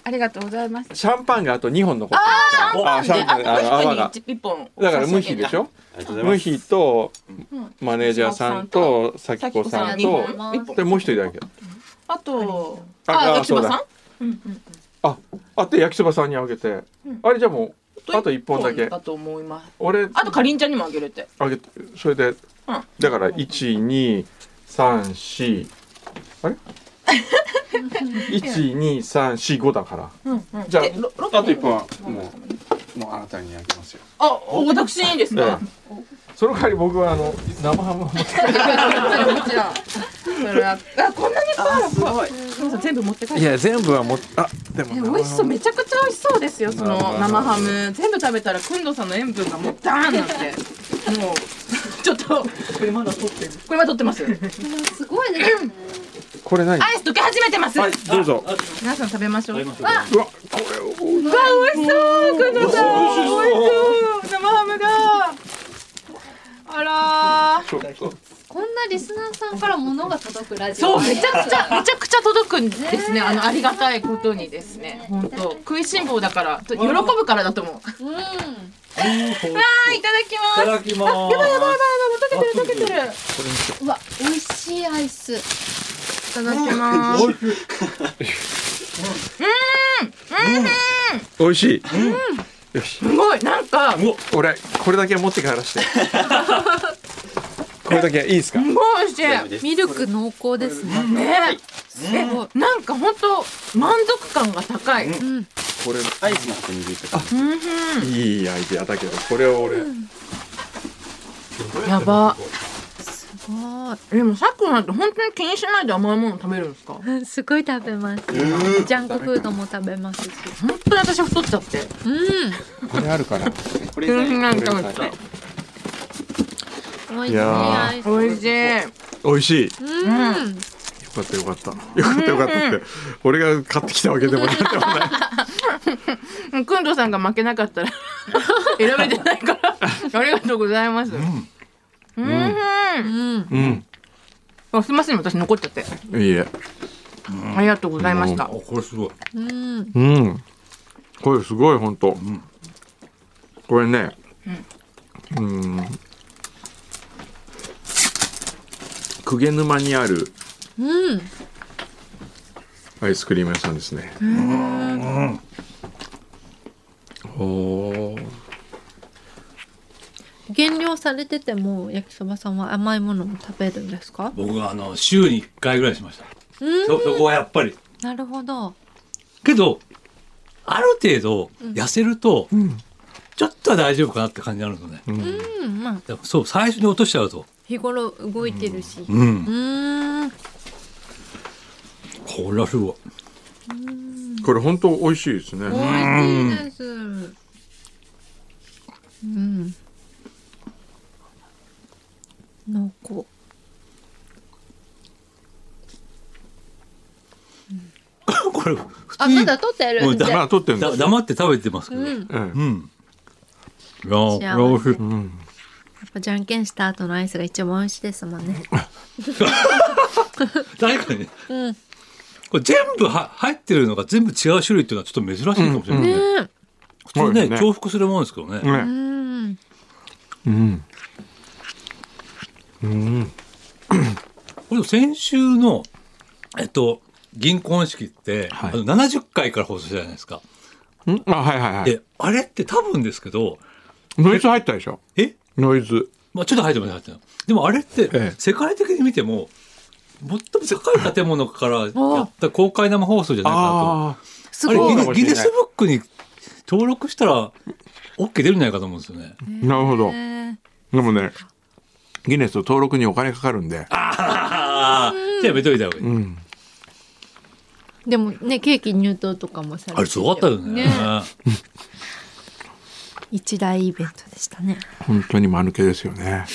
Speaker 7: ありがとうございます
Speaker 4: シャンパンがあと2本残ってるあーシャンパンあの泡が
Speaker 7: 一一本
Speaker 4: だから無比でしょ無比とマネージャーさんと咲子さん
Speaker 7: 咲子
Speaker 4: と
Speaker 7: さんに一本
Speaker 4: でもう一人だけ
Speaker 7: あと
Speaker 4: あ
Speaker 7: あ
Speaker 4: あ
Speaker 7: 焼きそば
Speaker 4: そう
Speaker 7: さん
Speaker 4: だああって焼きそばさんにあげてあれじゃあもうあと1本だけ
Speaker 7: だと思います
Speaker 4: 俺
Speaker 7: あとかりんちゃんにもあげるって
Speaker 4: あげてそれで
Speaker 7: うん
Speaker 4: だから1234あれ ?12345 だからじゃあ
Speaker 7: えろろ
Speaker 9: あと一本はもう、もうあなたにあげますよ。
Speaker 7: あ私いいですか
Speaker 4: ええその代わり僕はあの生ハムを持って
Speaker 7: もちろんそれはあこんなにいっぱいあるすごい全部持って帰って
Speaker 4: いや全部は持ってあで
Speaker 7: え
Speaker 4: も
Speaker 7: 美味しそうめちゃくちゃ美味しそうですよその生ハム全部食べたらくんどさんの塩分がもうダーンなってもうちょっとこれまだ取ってるこれまだ取ってます
Speaker 5: すごいですね。
Speaker 4: これ何
Speaker 7: アイス溶け始めてます、
Speaker 4: はいどうぞ
Speaker 7: 皆さん食べましょう
Speaker 4: うわこれを
Speaker 7: わあ美味しそうくんどさん美味しそう生ハムだあらー
Speaker 4: ちょっと
Speaker 5: こんなリスナーさんから物が届くラジ
Speaker 7: そ
Speaker 5: オ。
Speaker 7: うめちゃくちゃめちゃくちゃ届くんですねあのありがたいことにですね本当食いしん坊だからと喜ぶからだと思うわ
Speaker 5: うん。
Speaker 7: あいただきます
Speaker 6: いただきます
Speaker 7: あやばいやばいやばいやばい溶けてる溶けてる
Speaker 5: うわ、美味しいアイス。
Speaker 7: ただきます。
Speaker 4: 美味しい
Speaker 7: すごい、なんか、す
Speaker 4: 俺これだけ持って帰らして これだけいいですか
Speaker 7: ごい美味しい。
Speaker 5: ミルク濃厚ですね。
Speaker 7: ね、すごい。なんか本当満足感が高い。うん、
Speaker 4: これ
Speaker 9: アイスの箱に入れてた。
Speaker 4: いいアイデアだけどこれを俺
Speaker 7: やば。でもさっきのって本当に気にしないで甘いもの食べるんですか本
Speaker 5: うん すごい食べます。ジャンクフードも食べますし。
Speaker 7: 当に私太っちゃって
Speaker 5: う
Speaker 4: これあるから
Speaker 9: これ
Speaker 7: 気にしない
Speaker 9: これ
Speaker 7: で食べちゃ
Speaker 5: ん。美味し
Speaker 4: い
Speaker 5: い
Speaker 4: や
Speaker 5: アイス。
Speaker 7: う美味しい
Speaker 4: 美味しいよ
Speaker 5: うん。
Speaker 4: かったよかったよかったよかったって俺が買ってきたわけでもなんでもない
Speaker 7: うんくんどさんが負けなかった ら選べてないからありがとうございますうん
Speaker 5: うん。
Speaker 4: うん
Speaker 7: あすいません私残っちゃって
Speaker 4: いいえ
Speaker 7: ありがとうございました
Speaker 6: あこれすごい。
Speaker 5: うん。
Speaker 4: うんこれすごい本当、これねうん鵠沼にある
Speaker 5: うん。
Speaker 4: アイスクリーム屋さんですねおー
Speaker 5: 減量されてても焼きそばさんは甘いものも食べるんですか？
Speaker 6: 僕はあの週に一回ぐらいしました。そそこはやっぱり。
Speaker 5: なるほど。
Speaker 6: けどある程度痩せると、ちょっとは大丈夫かなって感じになるんですよね。
Speaker 5: うん。まあ
Speaker 6: だからそう最初に落としちゃうと。
Speaker 5: 日頃動いてるし。
Speaker 6: う。
Speaker 5: うんーん。
Speaker 6: これはすごい。
Speaker 4: これ本当美味しいですね
Speaker 5: 美味しいです。うん。濃厚。
Speaker 6: これ普
Speaker 5: あ、
Speaker 6: 通に
Speaker 5: まだ取ってるんで。
Speaker 6: もう
Speaker 4: まあ撮ってるんで
Speaker 6: だ
Speaker 4: すよ、
Speaker 6: 黙って食べてますけど。
Speaker 5: うん。
Speaker 4: え
Speaker 6: うん。いやー、
Speaker 5: 幸せ
Speaker 6: これは美味しい
Speaker 5: やっぱじゃんけんした後のアイスが一番美味しいですもんね。
Speaker 6: 確かにね。
Speaker 5: うん
Speaker 6: これ全部は入ってるのが全部違う種類っていうのはちょっと珍しいかもしれない、ね
Speaker 5: ね
Speaker 6: 普通
Speaker 4: そう
Speaker 6: ね
Speaker 4: ですね
Speaker 6: 重複するもんですけどね。
Speaker 4: え
Speaker 5: う
Speaker 4: ね
Speaker 5: ん。
Speaker 4: うんうん
Speaker 6: これ先週のえっと銀婚式って、
Speaker 4: はい
Speaker 6: あの70回から放送したじゃないですか。
Speaker 4: んあはいはいはい
Speaker 6: であれって多分ですけど
Speaker 4: ノイズ入ったでしょ
Speaker 6: え
Speaker 4: ノイズ
Speaker 6: まあ、ちょっと入ってます入ってますでもあれって
Speaker 4: ええ
Speaker 6: 世界的に見ても最も高い建物からやった公開生放送じゃないかなと思って。
Speaker 4: あ
Speaker 5: す
Speaker 6: あれ
Speaker 5: ごい。
Speaker 6: ギ
Speaker 4: そうかも
Speaker 6: ネ
Speaker 4: しれない
Speaker 6: ギネスブックに登録したら OK 出るんじゃないかと思うんですよね。
Speaker 4: あなるほど
Speaker 5: えー
Speaker 4: でもねギネス登録にお金かかるんで
Speaker 6: ああじゃあやめといた方がいい。
Speaker 4: うん
Speaker 5: でもね、ケーキ入刀とかもされて
Speaker 6: あれすごかったよね。
Speaker 5: 一大イベントでしたね。
Speaker 4: 本当に間抜けですよね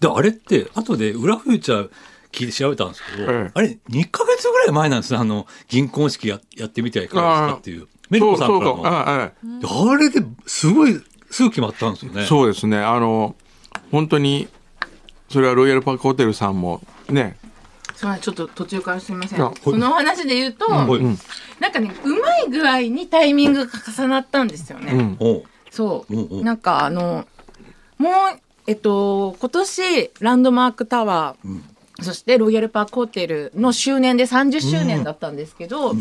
Speaker 6: であれって後で裏フューチャー聞いて調べたんですけど、
Speaker 4: ええ
Speaker 6: あれ2ヶ月ぐらい前なんですねあの銀婚式ややってみてはいかがですかっていうメルコさんから
Speaker 4: そうそう
Speaker 6: の。
Speaker 4: あえ
Speaker 6: であれですごいすぐ決まったんですよ
Speaker 4: え
Speaker 6: ね。
Speaker 4: そうですねあの本当にそれはロイヤルパークホテルさんもね
Speaker 7: すいませんちょっと途中からすみませ
Speaker 4: いや
Speaker 7: ん
Speaker 4: ほい
Speaker 7: そのお話で言うと、
Speaker 6: はい
Speaker 7: なんかねうまい具合にタイミングが重なったんですよね、
Speaker 4: うん
Speaker 6: おう
Speaker 7: そう、
Speaker 6: うんうん
Speaker 7: なんかあのもうえっと今年ランドマークタワー、そしてロイヤルパークホテルの周年で30周年だったんですけど、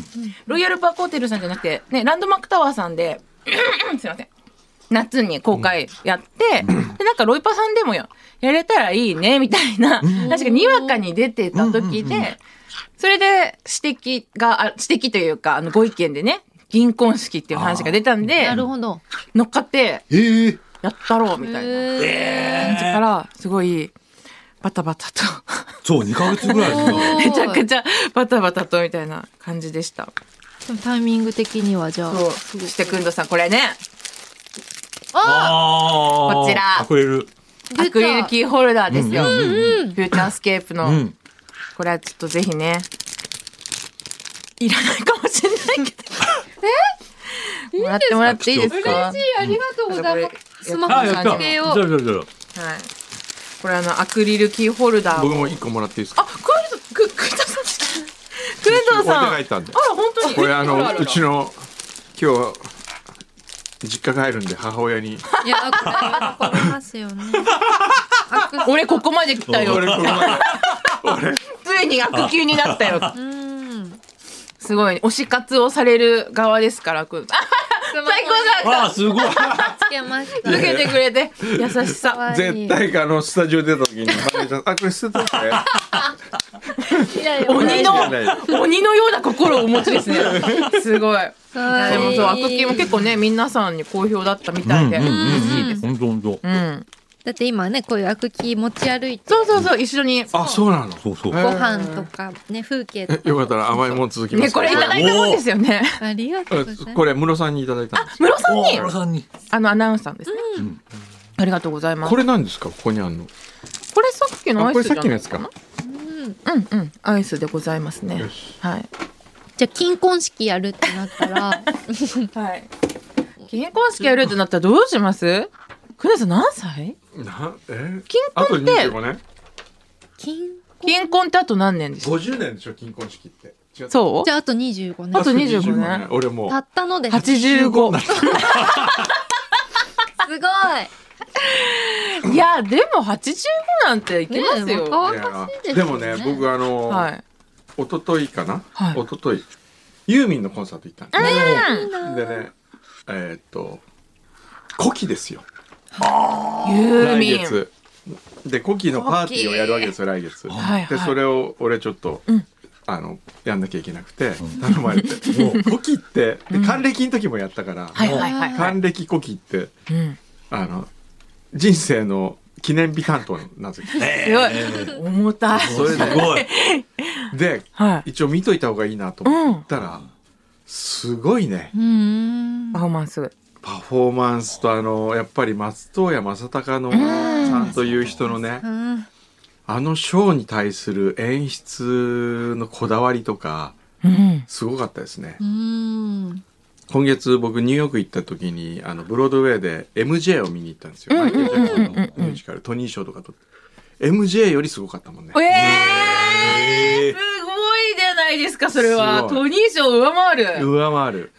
Speaker 7: ロイヤルパークホテルさんじゃなくて、ね、ランドマークタワーさんで すいません夏に公開やって、でなんかロイパさんでもややれたらいいねみたいな、確かにわかに出てた時で、それで指摘があ指摘というかあのご意見でね銀婚式っていう話が出たんで
Speaker 5: なるほど。
Speaker 7: 乗っかって
Speaker 6: ええ
Speaker 7: やったろうみたいな
Speaker 5: え
Speaker 7: 感じからすごいバタバタと
Speaker 6: そう2ヶ月ぐらいですよ。
Speaker 5: ー
Speaker 7: めちゃくちゃバタバタとみたいな感じでした
Speaker 5: でもタイミング的にはじゃあ。
Speaker 7: そうそしてくんどさんこれね
Speaker 6: ああ
Speaker 7: こちら
Speaker 6: アクリル。
Speaker 7: アクリルキーホルダーですよ、
Speaker 5: うん
Speaker 7: フューチャースケープの、
Speaker 6: うん。
Speaker 7: これはちょっとぜひねいらないかもしれないけどえ もらってもらっていいですか
Speaker 5: 嬉しい、ありがとうございま
Speaker 7: これ
Speaker 5: す。スマホにつけよ
Speaker 6: じ
Speaker 5: う。
Speaker 6: ゃあじゃあじゃあ
Speaker 7: はいこれあのアクリルキーホルダーを
Speaker 4: 僕も一個もらっていいです
Speaker 7: あ
Speaker 4: か
Speaker 7: クンドくくんどさん
Speaker 4: 置い
Speaker 7: くんど
Speaker 4: て
Speaker 7: さん
Speaker 4: 帰ったんで
Speaker 7: あら本当に
Speaker 4: これあのうちの今日実家帰るんで母親
Speaker 5: い
Speaker 4: に
Speaker 5: やこれは残りますよね悪
Speaker 7: 俺ここまで来たよ
Speaker 4: 俺ここま
Speaker 7: ついに悪球になったよ
Speaker 5: うん
Speaker 7: すごい、ね、推し活をされる側ですからくんあ最高だ
Speaker 6: わあすごい
Speaker 5: つけました
Speaker 7: 受けてくれて優しさ
Speaker 5: 可
Speaker 4: で
Speaker 5: 愛い
Speaker 4: 絶対あのスタジオ出た時にマネージャーあこれ捨てたん だよ
Speaker 5: いやいや
Speaker 7: 鬼の鬼のような心をお持 ちですねすごい
Speaker 5: 可愛い
Speaker 7: でもそう悪球も結構ね皆さんに好評だったみたいで、
Speaker 6: 本当本当
Speaker 7: うん
Speaker 5: だって今ねこういうアクキー持ち歩いて
Speaker 7: そうそうそう一緒に
Speaker 4: あそうなの
Speaker 6: そうそ
Speaker 5: ご
Speaker 6: う
Speaker 5: 飯とかね風景と
Speaker 4: え
Speaker 5: か
Speaker 4: よかったら甘いもん続きます
Speaker 7: ねこれいただいたもんですよね
Speaker 5: ありがとうございます
Speaker 4: これムロさんにいただいたんです
Speaker 7: ムロさん
Speaker 6: お
Speaker 7: に
Speaker 6: ーさんに
Speaker 7: あのアナウンサーですね、ありがとうございます
Speaker 4: これなんですかここにあるの
Speaker 7: これさっきのア
Speaker 4: あ
Speaker 7: イ
Speaker 4: これ
Speaker 7: スじ
Speaker 4: さ
Speaker 7: ゃ
Speaker 4: っきの
Speaker 7: ない
Speaker 4: やつか
Speaker 7: うんうんアイスでございますね
Speaker 4: よし
Speaker 7: はい
Speaker 5: じゃあ金婚式やるってなったら
Speaker 7: はい金婚式やるってなったらどうしますくねさん何歳
Speaker 4: なえ
Speaker 7: 金
Speaker 4: あと
Speaker 7: 婚って
Speaker 4: 25年
Speaker 5: 金
Speaker 7: 金婚ってあと何年でしょ
Speaker 4: 50年でしょ金婚式って違う
Speaker 7: そう
Speaker 5: じゃああと25
Speaker 7: あ
Speaker 5: 年
Speaker 7: と25年
Speaker 4: 俺もう
Speaker 5: たったのですす
Speaker 7: 85
Speaker 5: ごい
Speaker 7: いやでも85なんていけます
Speaker 5: ねえ
Speaker 7: よ、
Speaker 5: 若々しいです
Speaker 4: いや
Speaker 5: よ
Speaker 4: でもね僕あの、
Speaker 7: はい
Speaker 4: 一昨日かな、
Speaker 7: はい
Speaker 4: 一昨日ユーミンのコンサート行ったんですね、
Speaker 5: いいな
Speaker 4: でねえーっと古希ですよ
Speaker 7: ユー
Speaker 4: 来
Speaker 7: ミン
Speaker 4: 月で古希のパーティーをやるわけですよ来月、
Speaker 7: はい
Speaker 4: でそれを俺ちょっと、
Speaker 7: うん
Speaker 4: あのやんなきゃいけなくて頼まれ て、もう古希ってで還暦の時もやったから、
Speaker 7: はいはいはいはい
Speaker 4: 還暦古希って
Speaker 7: うん
Speaker 4: あの人生の記念日担当なんですよ
Speaker 7: すごい重たい
Speaker 4: それ
Speaker 6: すごい
Speaker 4: で
Speaker 7: はい
Speaker 4: 一応見といた方がいいなと思ったら、すごいね
Speaker 5: うーん
Speaker 7: パフォーマンス
Speaker 4: パフォーマンスとあのやっぱり松任谷正隆のさんという人のね
Speaker 5: うん
Speaker 4: あのショーに対する演出のこだわりとか
Speaker 7: うん
Speaker 4: すごかったですね
Speaker 5: うーん
Speaker 4: 今月僕ニューヨーク行った時にあのブロードウェイで MJ を見に行ったんですよマイケル・ジャクソンのミュージカルトニー賞とかとって MJ よりすごかったもんね
Speaker 7: ええー、すごいじゃないですかそれは
Speaker 4: す
Speaker 7: ト
Speaker 4: ご
Speaker 7: ニー賞を上回る
Speaker 4: 上回る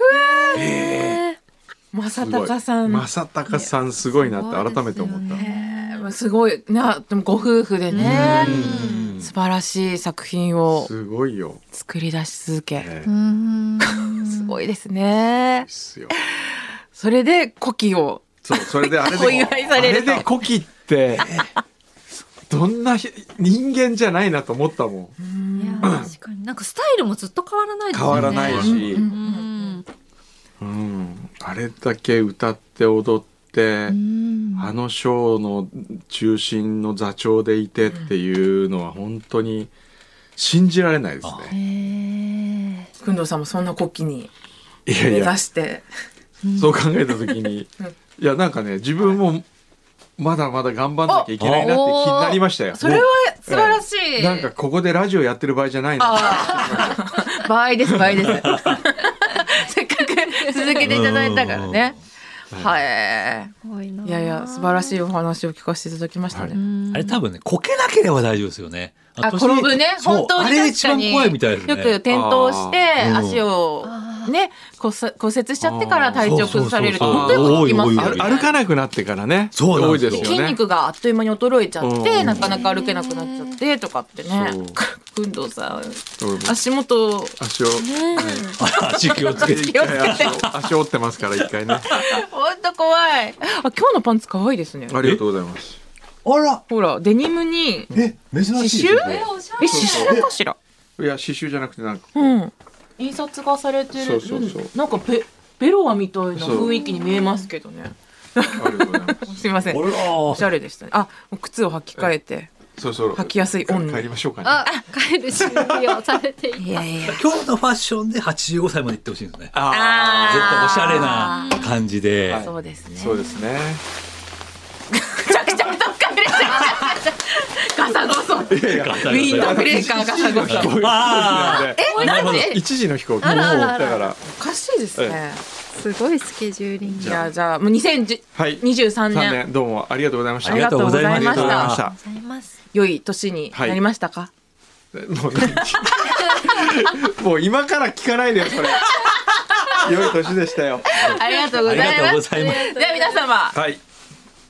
Speaker 7: 正
Speaker 4: すごい
Speaker 7: 隆さん
Speaker 4: 正隆さんすごいなって改めて思
Speaker 5: すごい
Speaker 4: っ
Speaker 5: です
Speaker 4: た
Speaker 5: よね
Speaker 7: えーすごいなでもご夫婦でね素晴らしい作品を
Speaker 4: すごいよ、
Speaker 7: 作り出し続け
Speaker 4: ね
Speaker 5: うーん
Speaker 7: すごいですね
Speaker 4: ですよ
Speaker 7: それで古希を
Speaker 4: そうそれであれで
Speaker 7: お祝いさ
Speaker 4: あ
Speaker 7: れ
Speaker 4: れ
Speaker 7: ると
Speaker 4: で古希ってどんなひ人間じゃないなと思ったもん
Speaker 5: いや確かになんかスタイルもずっと変わらないです
Speaker 4: 変
Speaker 5: よね
Speaker 4: わらないし、
Speaker 5: うん
Speaker 4: うん、あれだけ歌って踊って、
Speaker 5: うん
Speaker 4: あのショーの中心の座長でいてっていうのは本当に信じられないです
Speaker 5: へ
Speaker 4: ね。
Speaker 5: え
Speaker 7: 工藤さんもそんな古希に
Speaker 4: いや
Speaker 7: 目
Speaker 4: い
Speaker 7: 指
Speaker 4: や、
Speaker 7: して
Speaker 4: そう考えた時 に、いやなんかね、自分もまだまだ頑張んなきゃいけないなって気になりましたよ。
Speaker 7: それは素晴らしい、
Speaker 4: なんかここでラジオやってる場合じゃないな。
Speaker 7: ああ倍です倍です せっかく続けていただいたからねはい
Speaker 5: すごいない
Speaker 7: いやいや素晴らしいお話を聞かせていただきましたね、
Speaker 4: はい
Speaker 6: あれ多分ねこけなければ大丈夫ですよね
Speaker 7: あ
Speaker 6: 年
Speaker 7: 転ぶね
Speaker 6: そう
Speaker 7: 本当に
Speaker 6: あれが
Speaker 7: 確
Speaker 6: 一
Speaker 7: か
Speaker 6: 番
Speaker 7: に
Speaker 6: 怖いみたいですね
Speaker 7: よく転倒して
Speaker 6: あー
Speaker 7: 足をね骨折骨折しちゃってから体調崩されると
Speaker 6: あー
Speaker 7: 本当によく聞き
Speaker 6: 多
Speaker 7: ます
Speaker 4: あ
Speaker 6: い
Speaker 4: る
Speaker 6: 多
Speaker 7: よ
Speaker 6: い
Speaker 7: ね
Speaker 4: 歩かなくなってからね。
Speaker 6: そうなん
Speaker 4: 多い
Speaker 6: です
Speaker 4: で
Speaker 6: よ
Speaker 4: すよ
Speaker 7: 筋
Speaker 4: ね。
Speaker 7: 肉があっという間に衰えちゃって
Speaker 4: うん
Speaker 7: なかなか歩けなくなっちゃってとかってね
Speaker 4: そう
Speaker 7: くんどうさん
Speaker 4: 俺も
Speaker 7: 足元
Speaker 4: 足を。
Speaker 6: 足気をつけて
Speaker 4: 一回足を足折ってますから一 回ね。
Speaker 7: 本当怖いあ今日のパンツ可愛いですね
Speaker 4: ありがとうございます。
Speaker 6: あら
Speaker 7: ほらデニムに
Speaker 6: え珍しいですね
Speaker 7: え刺繍かしら
Speaker 4: いや刺繍じゃなくてなんか
Speaker 7: うん印刷がされてる
Speaker 4: そうそうそう
Speaker 7: なんかベベロアみたいな雰囲気に見えますけどね
Speaker 4: ありがとうございます。
Speaker 7: すいません
Speaker 6: あら
Speaker 7: おしゃれでしたね。あ、もう靴を履き替えて、
Speaker 4: そろそろ
Speaker 7: 履きやすい女
Speaker 4: 帰りましょうかね。
Speaker 5: あ帰る準備をされてい る
Speaker 7: いやいや。
Speaker 6: 今日のファッションで85歳まで行ってほしいんですね
Speaker 7: あ
Speaker 6: 絶対おしゃれな感じで、
Speaker 7: ーそうですね。
Speaker 4: そうですね。
Speaker 7: 着々と帰れちゃう。ガサゴ ソ。ウ
Speaker 4: いや
Speaker 7: ィンドブレーカーガサゴソ。
Speaker 6: あ
Speaker 7: え、なんでえ
Speaker 4: 一時の飛行機。
Speaker 5: あらあらあら
Speaker 4: だから
Speaker 7: おかしいですね。
Speaker 5: すごいスケジューリング
Speaker 7: じゃあじゃあもう2023
Speaker 4: はい。三
Speaker 7: 年
Speaker 4: 年どうもありがとうございました。
Speaker 7: ありがとうございま
Speaker 4: ありがとうございま
Speaker 7: し。
Speaker 4: したた。
Speaker 5: ございます
Speaker 7: 良い年になりましたか。
Speaker 4: もう何もう今から聞かないでよそれ。良い年でしたよ。
Speaker 7: ありがとうございます。
Speaker 6: ありがとうございます
Speaker 7: では皆様、
Speaker 4: はい。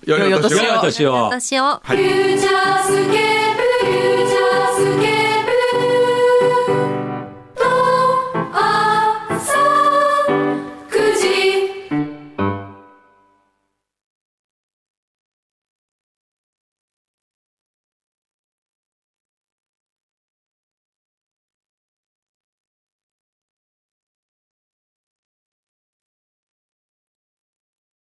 Speaker 4: 良
Speaker 6: 良いお
Speaker 4: いお年を
Speaker 6: 年を。
Speaker 5: 私を
Speaker 3: フューチャースケープ